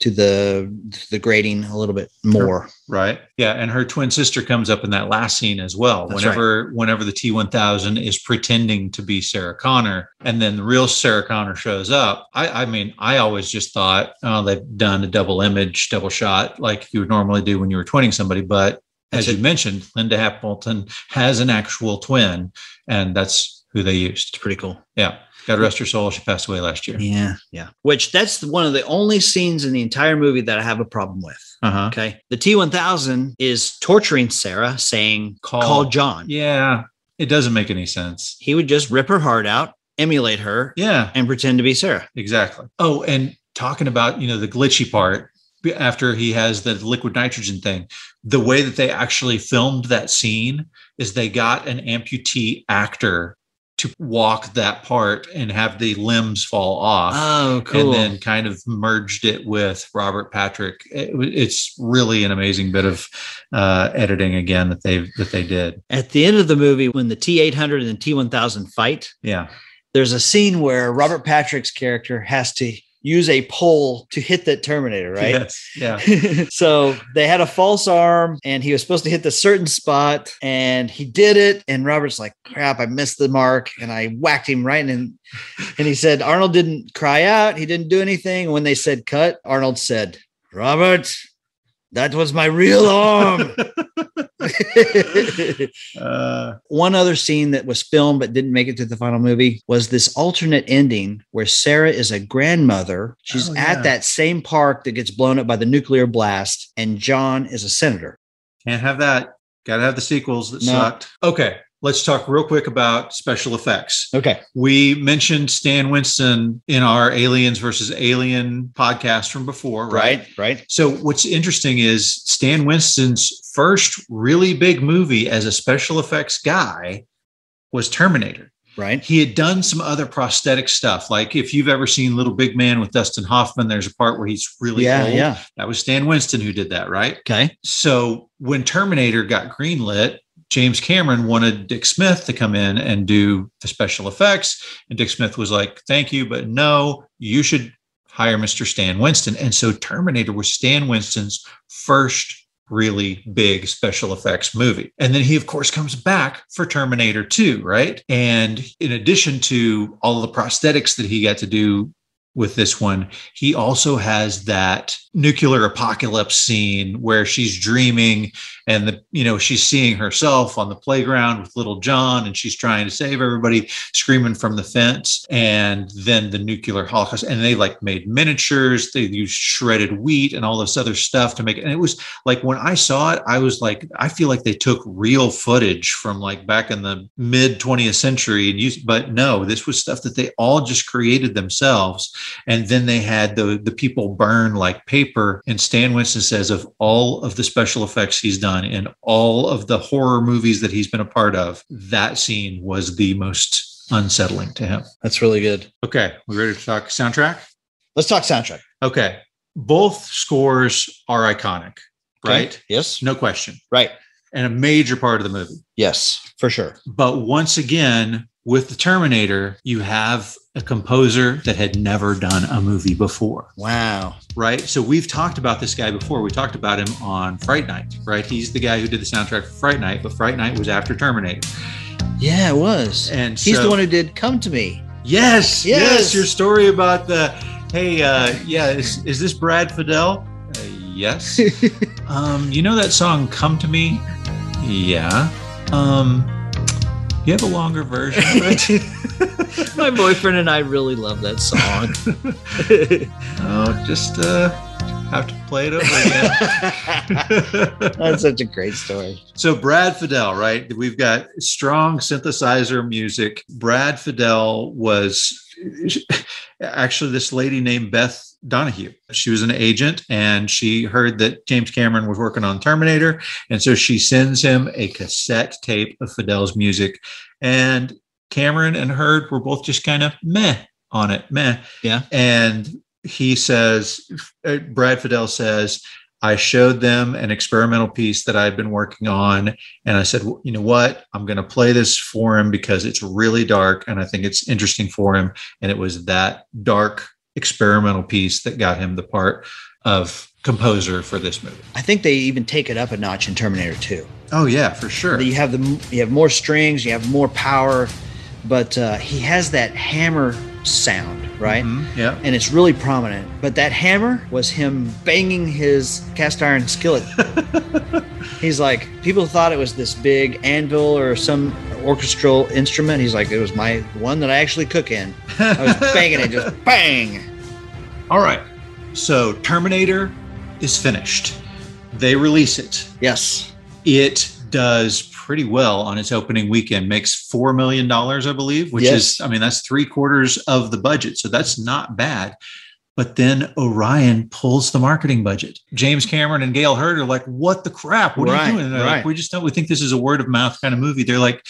S2: to the to the grading a little bit more.
S1: Right. Yeah. And her twin sister comes up in that last scene as well.
S2: That's
S1: whenever whenever the T one thousand is pretending to be Sarah Connor and then the real Sarah Connor shows up. I, I mean, I always just thought, oh, they've done a double image, double shot like you would normally do when you were twinning somebody. But as
S2: That's
S1: you mentioned, Linda Hamilton has an actual twin, and that's who they used.
S2: It's pretty cool.
S1: Yeah. God rest her soul. She passed away last year.
S2: Yeah. Yeah. Which that's one of the only scenes in the entire movie that I have a problem with.
S1: Uh huh.
S2: Okay. The T 1000 is torturing Sarah, saying,
S1: Call.
S2: call, John.
S1: Yeah. It doesn't make any sense.
S2: He would just rip her heart out, emulate her,
S1: Yeah.
S2: and pretend to be Sarah.
S1: Exactly. Oh, and talking about, you know, the glitchy part after he has the liquid nitrogen thing, the way that they actually filmed that scene is they got an amputee actor to walk that part and have the limbs fall off.
S2: Oh, cool.
S1: And then kind of merged it with Robert Patrick. It, wa- it's really an amazing bit of uh, editing again that they that they did.
S2: At the end of the movie, when the T 800 and T 1000 fight,
S1: Yeah,
S2: there's a scene where Robert Patrick's character has to use a pole to hit that Terminator, right?
S1: Yes. Yeah,
S2: so they had a false arm and he was supposed to hit the certain spot and he did it and robert's like crap i missed the mark and i whacked him right in and he said arnold didn't cry out he didn't do anything when they said cut arnold said robert that was my real arm
S1: uh,
S2: one other scene that was filmed but didn't make it to the final movie was this alternate ending where Sarah is a grandmother. She's
S1: Oh, yeah.
S2: at that same park that gets blown up by the nuclear blast, and John is a senator.
S1: can't have that. Got to have the sequels that
S2: No.
S1: sucked. Okay, let's talk real quick about special effects.
S2: Okay.
S1: We mentioned Stan Winston in our Aliens versus Alien podcast from before, right?
S2: Right. Right.
S1: So what's interesting is Stan Winston's first really big movie as a special effects guy was Terminator.
S2: Right.
S1: He had done some other prosthetic stuff. Like if you've ever seen Little Big Man with Dustin Hoffman, there's a part where he's really
S2: yeah.
S1: old.
S2: Yeah.
S1: That was Stan Winston who did that, right?
S2: Okay.
S1: So when Terminator got greenlit, James Cameron wanted Dick Smith to come in and do the special effects. And Dick Smith was like, thank you, but no, you should hire Mr. Stan Winston. And so Terminator was Stan Winston's first really big special effects movie. And then he, of course, comes back for Terminator 2, right? And in addition to all the prosthetics that he got to do with this one, he also has that nuclear apocalypse scene where she's dreaming and the you know she's seeing herself on the playground with little john and she's trying to save everybody screaming from the fence and then the nuclear holocaust and they like made miniatures they used shredded wheat and all this other stuff to make it and it was like when i saw it i was like i feel like they took real footage from like back in the mid 20th century and used but no this was stuff that they all just created themselves and then they had the the people burn like paper and stan winston says of all of the special effects he's done in all of the horror movies that he's been a part of that scene was the most unsettling to him
S2: That's really good.
S1: okay we ready to talk soundtrack
S2: Let's talk soundtrack.
S1: okay both scores are iconic
S2: Okay?
S1: right
S2: Yes.
S1: no question
S2: Right.
S1: and a major part of the movie
S2: Yes. For sure.
S1: but once again with the terminator you have a composer that had never done a movie before
S2: Wow.
S1: right? So we've talked about this guy before. We talked about him on Fright Night, right? He's the guy who did the soundtrack for Fright Night, but Fright Night was after Terminator.
S2: Yeah, it was.
S1: And
S2: He's
S1: so-
S2: the one who did "Come to Me."
S1: Yes, yes,
S2: Yes.
S1: your story about the hey, uh, yeah, is, is this Brad Fidel? Uh, yes. um, you know that song "Come to Me"? Yeah. Um, you have a longer version of it.
S2: My boyfriend and I really love that song.
S1: oh, just uh, have to play it over again.
S2: That's such a great story.
S1: So Brad Fidel, right? We've got strong synthesizer music. Brad Fidel was actually this lady named Beth Donahue. She was an agent and she heard that James Cameron was working on Terminator. And so she sends him a cassette tape of Fidel's music. And Cameron and Heard were both just kind of meh on it, meh.
S2: Yeah.
S1: And he says, uh, Brad Fidel says, I showed them an experimental piece that I'd been working on. And I said, "Well, you know what? I'm going to play this for him because it's really dark and I think it's interesting for him. And it was that dark experimental piece that got him the part of composer for this movie.
S2: I think they even take it up a notch in Terminator 2.
S1: Oh, yeah, for sure.
S2: You have the you have more strings, you have more power, but uh, he has that hammer sound, right?
S1: Mhm, Yeah.
S2: And it's really prominent. But that hammer was him banging his cast iron skillet. He's like, people thought it was this big anvil or some orchestral instrument. He's like, it was my one that I actually cook in. I was banging it, just bang.
S1: All right. So Terminator is finished. They release it.
S2: Yes.
S1: It does pretty well on its opening weekend, makes $4 million, I believe, which
S2: Yes.
S1: is, I mean, that's three quarters of the budget. So that's not bad. But then Orion pulls the marketing budget. James Cameron and Gail Hurd are like, what the crap? What are
S2: Right,
S1: you doing? And they're like,
S2: right.
S1: we just don't, we think this is a word of mouth kind of movie. They're like,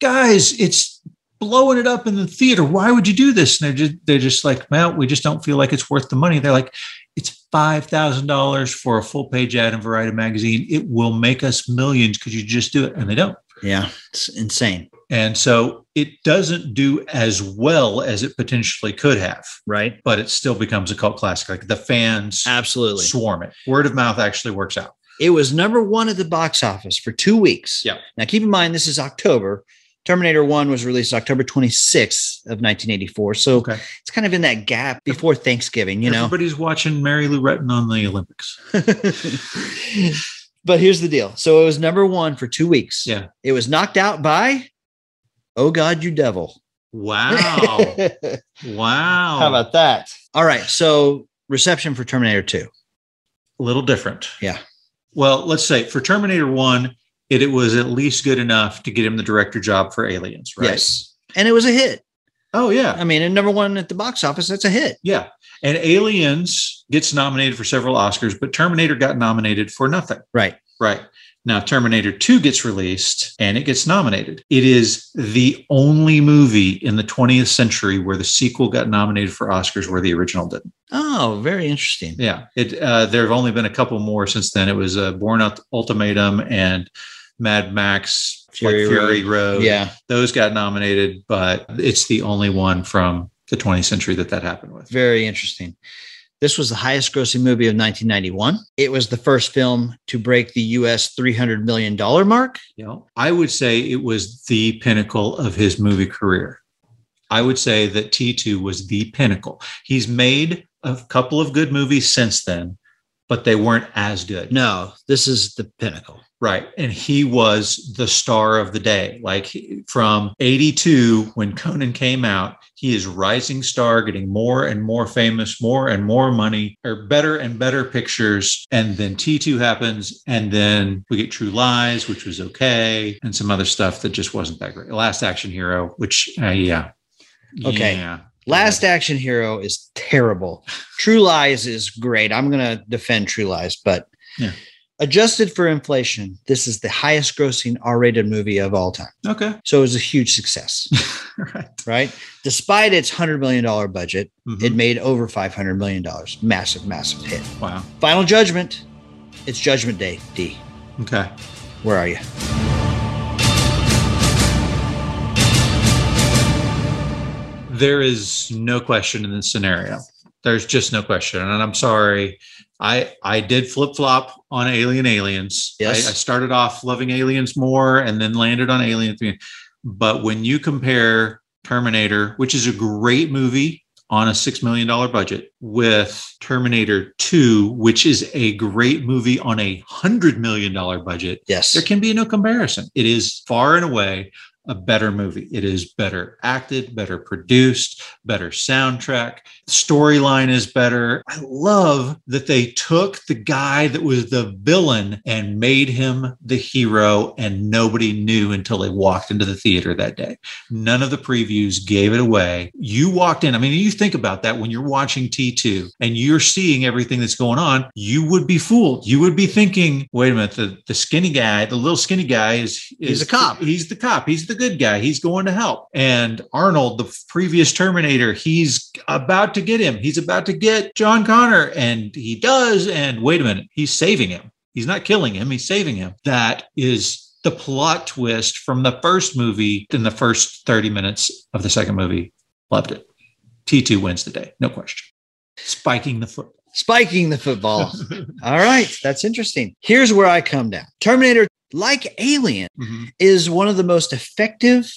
S1: guys, it's blowing it up in the theater. Why would you do this? And they're just, they're just like, well, we just don't feel like it's worth the money. They're like, it's five thousand dollars for a full page ad in Variety magazine. It will make us millions because you just do it, and they don't.
S2: Yeah. It's insane.
S1: And so it doesn't do as well as it potentially could have,
S2: Right.
S1: but it still becomes a cult classic. Like the fans
S2: Absolutely.
S1: swarm it. Word of mouth actually works out.
S2: It was number one at the box office for two weeks.
S1: Yeah.
S2: Now keep in mind this is October. Terminator One was released October 26th of 1984. So
S1: Okay.
S2: it's kind of in that gap before Thanksgiving, you know.
S1: everybody's watching Mary Lou Retton on the Olympics.
S2: but here's the deal. So it was number one for two weeks.
S1: Yeah.
S2: It was knocked out by Oh God, you devil.
S1: Wow! wow!
S2: How about that? All right. So reception for Terminator 2.
S1: a little different.
S2: Yeah.
S1: Well, let's say for Terminator One, it, it was at least good enough to get him the director job for Aliens, right?
S2: Yes. And it was a hit.
S1: Oh yeah.
S2: I mean, and number one at the box office, that's a hit.
S1: Yeah. And Aliens gets nominated for several Oscars, but Terminator got nominated for nothing.
S2: Right.
S1: Right. Now, Terminator 2 gets released and it gets nominated. It is the only movie in the 20th century where the sequel got nominated for Oscars where the original didn't.
S2: Oh, very interesting.
S1: Yeah. It, uh, there have only been a couple more since then. It was uh, Born Ult- Ultimatum and Mad Max like,
S2: Fury
S1: Fury Road.
S2: Yeah.
S1: Those got nominated, but it's the only one from the 20th century that that happened with.
S2: Very interesting. This was the highest grossing movie of 1991. It was the first film to break the US $300 million mark.
S1: You know, I would say it was the pinnacle of his movie career. I would say that T2 was the pinnacle. He's made a couple of good movies since then, but they weren't as good.
S2: No, this is the pinnacle.
S1: Right. And he was the star of the day. Like he- from 82, when Conan came out, he is rising star, getting more and more famous, more and more money, or better and better pictures. And then T2 happens. And then we get True Lies, which was okay, and some other stuff that just wasn't that great. Last Action Hero, which, uh, yeah.
S2: Okay.
S1: Yeah.
S2: Last Action Hero is terrible. True Lies is great. I'm going to defend True Lies, but
S1: Yeah.
S2: adjusted for inflation, this is the highest grossing R rated movie of all time.
S1: Okay.
S2: So it was a huge success,
S1: All right.
S2: right? Despite its $100 million budget, it
S1: Mhm.
S2: made over $500 million. Massive, massive hit.
S1: Wow.
S2: Final Judgment. It's Judgment Day, D.
S1: Okay.
S2: Where are you?
S1: there is no question in this scenario. There's just no question. And I'm sorry. I I did flip flop on Alien Aliens.
S2: Yes.
S1: I, I started off loving Aliens more and then landed on Alien. at the end. But when you compare Terminator, which is a great movie on a six million dollar budget, with Terminator 2, which is a great movie on a hundred million dollar budget,
S2: Yes.
S1: there can be no comparison. It is far and away a better movie. It is better acted, better produced, better soundtrack. Storyline is better. I love that they took the guy that was the villain and made him the hero, and nobody knew until they walked into the theater that day. None of the previews gave it away. You walked in. I mean, you think about that when you're watching T2 and you're seeing everything that's going on, you would be fooled. You would be thinking, wait a minute, the, the skinny guy, the little skinny guy is, is
S2: He's a cop.
S1: He's the cop. He's the good guy. He's going to help. And Arnold, the previous Terminator, he's about to get him. He's about to get John Connor. And he does. And wait a minute, he's saving him. He's not killing him, he's saving him. That is the plot twist from the first movie in the first 30 minutes of the second movie. Loved it. T2 wins the day, no question. Spiking the foot.
S2: Spiking the football. All right. That's interesting. Here's where I come down Terminator, like Alien,
S1: Mhm.
S2: is one of the most effective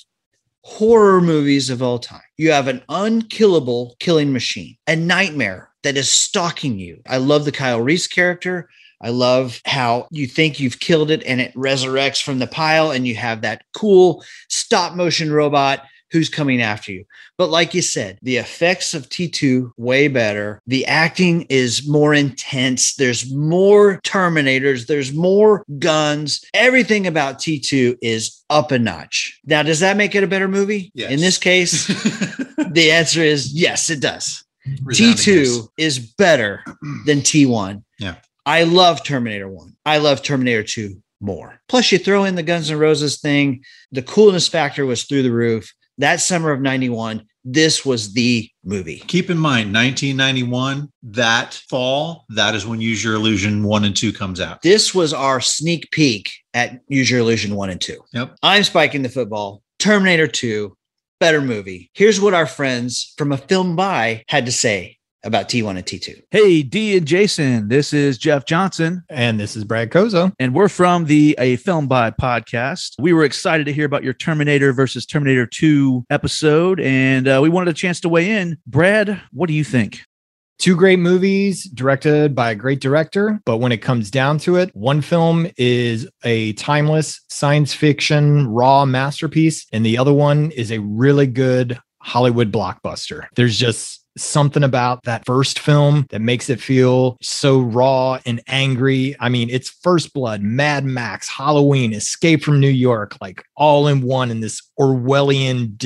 S2: horror movies of all time. You have an unkillable killing machine, a nightmare that is stalking you. I love the Kyle Reese character. I love how you think you've killed it and it resurrects from the pile, and you have that cool stop motion robot who's coming after you. But like you said, the effects of T2 way better. The acting is more intense. There's more terminators, there's more guns. Everything about T2 is up a notch. Now, does that make it a better movie?
S1: Yes.
S2: In this case, the answer is yes, it does.
S1: Resounding yes.
S2: T2 is better than T1.
S1: Yeah.
S2: I love Terminator 1. I love Terminator 2 more. Plus, you throw in the Guns N' Roses thing, the coolness factor was through the roof. That summer of 91, this was the movie.
S1: Keep in mind, 1991, that fall, that is when Use Your Illusion 1 and 2 comes out.
S2: This was our sneak peek at Use Your Illusion 1 and 2.
S1: Yep.
S2: I'm spiking the football. Terminator 2, better movie. Here's what our friends from a film by had to say about T1 and T2.
S7: Hey, D and Jason, this is Jeff Johnson.
S8: And this is Brad Kozo.
S7: and we're from the A Film By podcast. We were excited to hear about your Terminator versus Terminator 2 episode, and uh, we wanted a chance to weigh in. Brad, what do you think?
S8: Two great movies directed by a great director, but when it comes down to it, one film is a timeless science fiction raw masterpiece, and the other one is a really good Hollywood blockbuster. There's just something about that first film that makes it feel so raw and angry. I mean, it's First Blood, Mad Max, Halloween, Escape from New York, like all in one in this Orwellian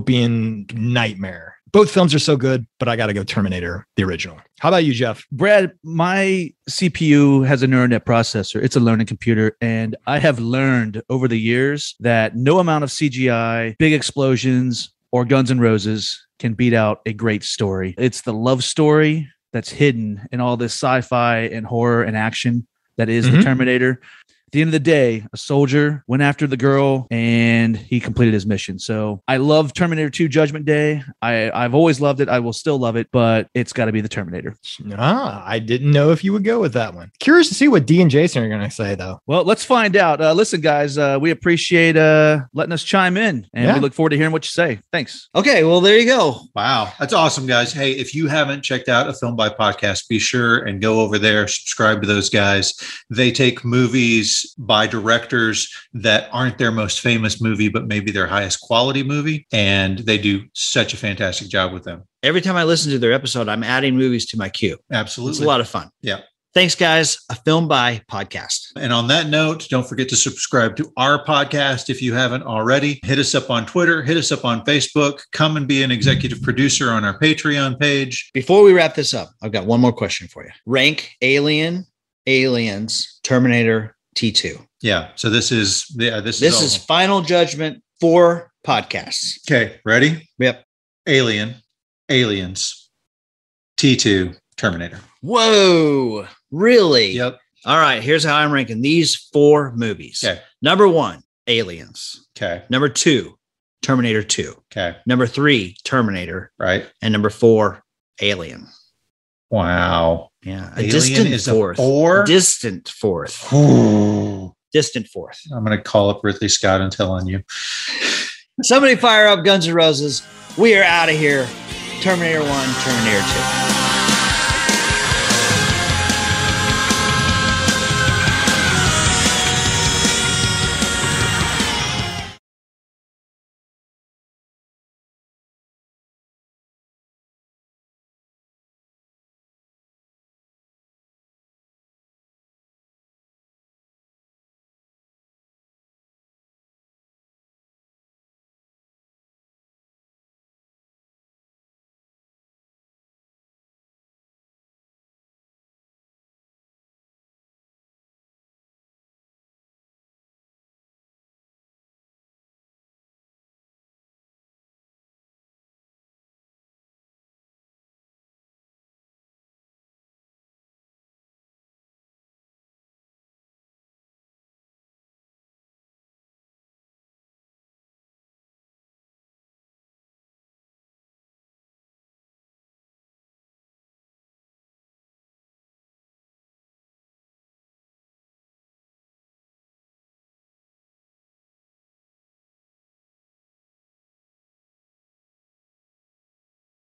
S8: dystopian nightmare. Both films are so good, but I got to go Terminator, the original. How about you, Jeff?
S7: Brad, my CPU has a neural net processor. It's a learning computer. And I have learned over the years that no amount of CGI, big explosions, or Guns N' Roses can beat out a great story. It's the love story that's hidden in all this sci fi and horror and action that is the
S8: Mhm.
S7: Terminator. At the end of the day, a soldier went after the girl and he completed his mission. So I love Terminator 2 Judgment Day. I, I've always loved it. I will still love it, but it's got to be the Terminator.
S8: Ah, I didn't know if you would go with that one. Curious to see what D and Jason are going to say, though.
S7: Well, let's find out. Uh, listen, guys, uh, we appreciate uh, letting us chime in, and
S8: Yeah.
S7: we look forward to hearing what you say. Thanks.
S2: Okay, well, there you go.
S1: Wow. That's awesome, guys. Hey, if you haven't checked out a film by podcast, be sure and go over there, subscribe to those guys. They take movies by directors that aren't their most famous movie, but maybe their highest quality movie. And they do such a fantastic job with them.
S2: Every time I listen to their episode, I'm adding movies to my queue.
S1: Absolutely.
S2: It's a lot of fun.
S1: Yeah.
S2: Thanks, guys. A film by podcast.
S1: And on that note, don't forget to subscribe to our podcast if you haven't already. Hit us up on Twitter, hit us up on Facebook, come and be an executive producer on our Patreon page.
S2: Before we wrap this up, I've got one more question for you. Rank Alien, Aliens, Terminator, T2.
S1: Yeah. So this is yeah, this,
S2: This
S1: all-
S2: is final judgment for podcasts.
S1: okay. Ready?
S2: Yep.
S1: Alien, Aliens, T2, Terminator.
S2: Whoa, really?
S1: Yep.
S2: All right, here's how I'm ranking these four movies.
S1: Okay.
S2: Number one, Aliens.
S1: Okay.
S2: Number two, Terminator 2.
S1: Okay.
S2: Number three, Terminator.
S1: Right.
S2: And number four, Alien.
S1: Wow.
S2: Yeah. A
S1: Alien
S2: distant
S1: is a
S2: fourth.
S1: four?
S2: Distant fourth.
S1: Ooh.
S2: Distant fourth.
S1: I'm going to call up Ridley Scott and tell on you.
S2: Somebody fire up Guns N' Roses. We are out of here. Terminator 1, Terminator 2.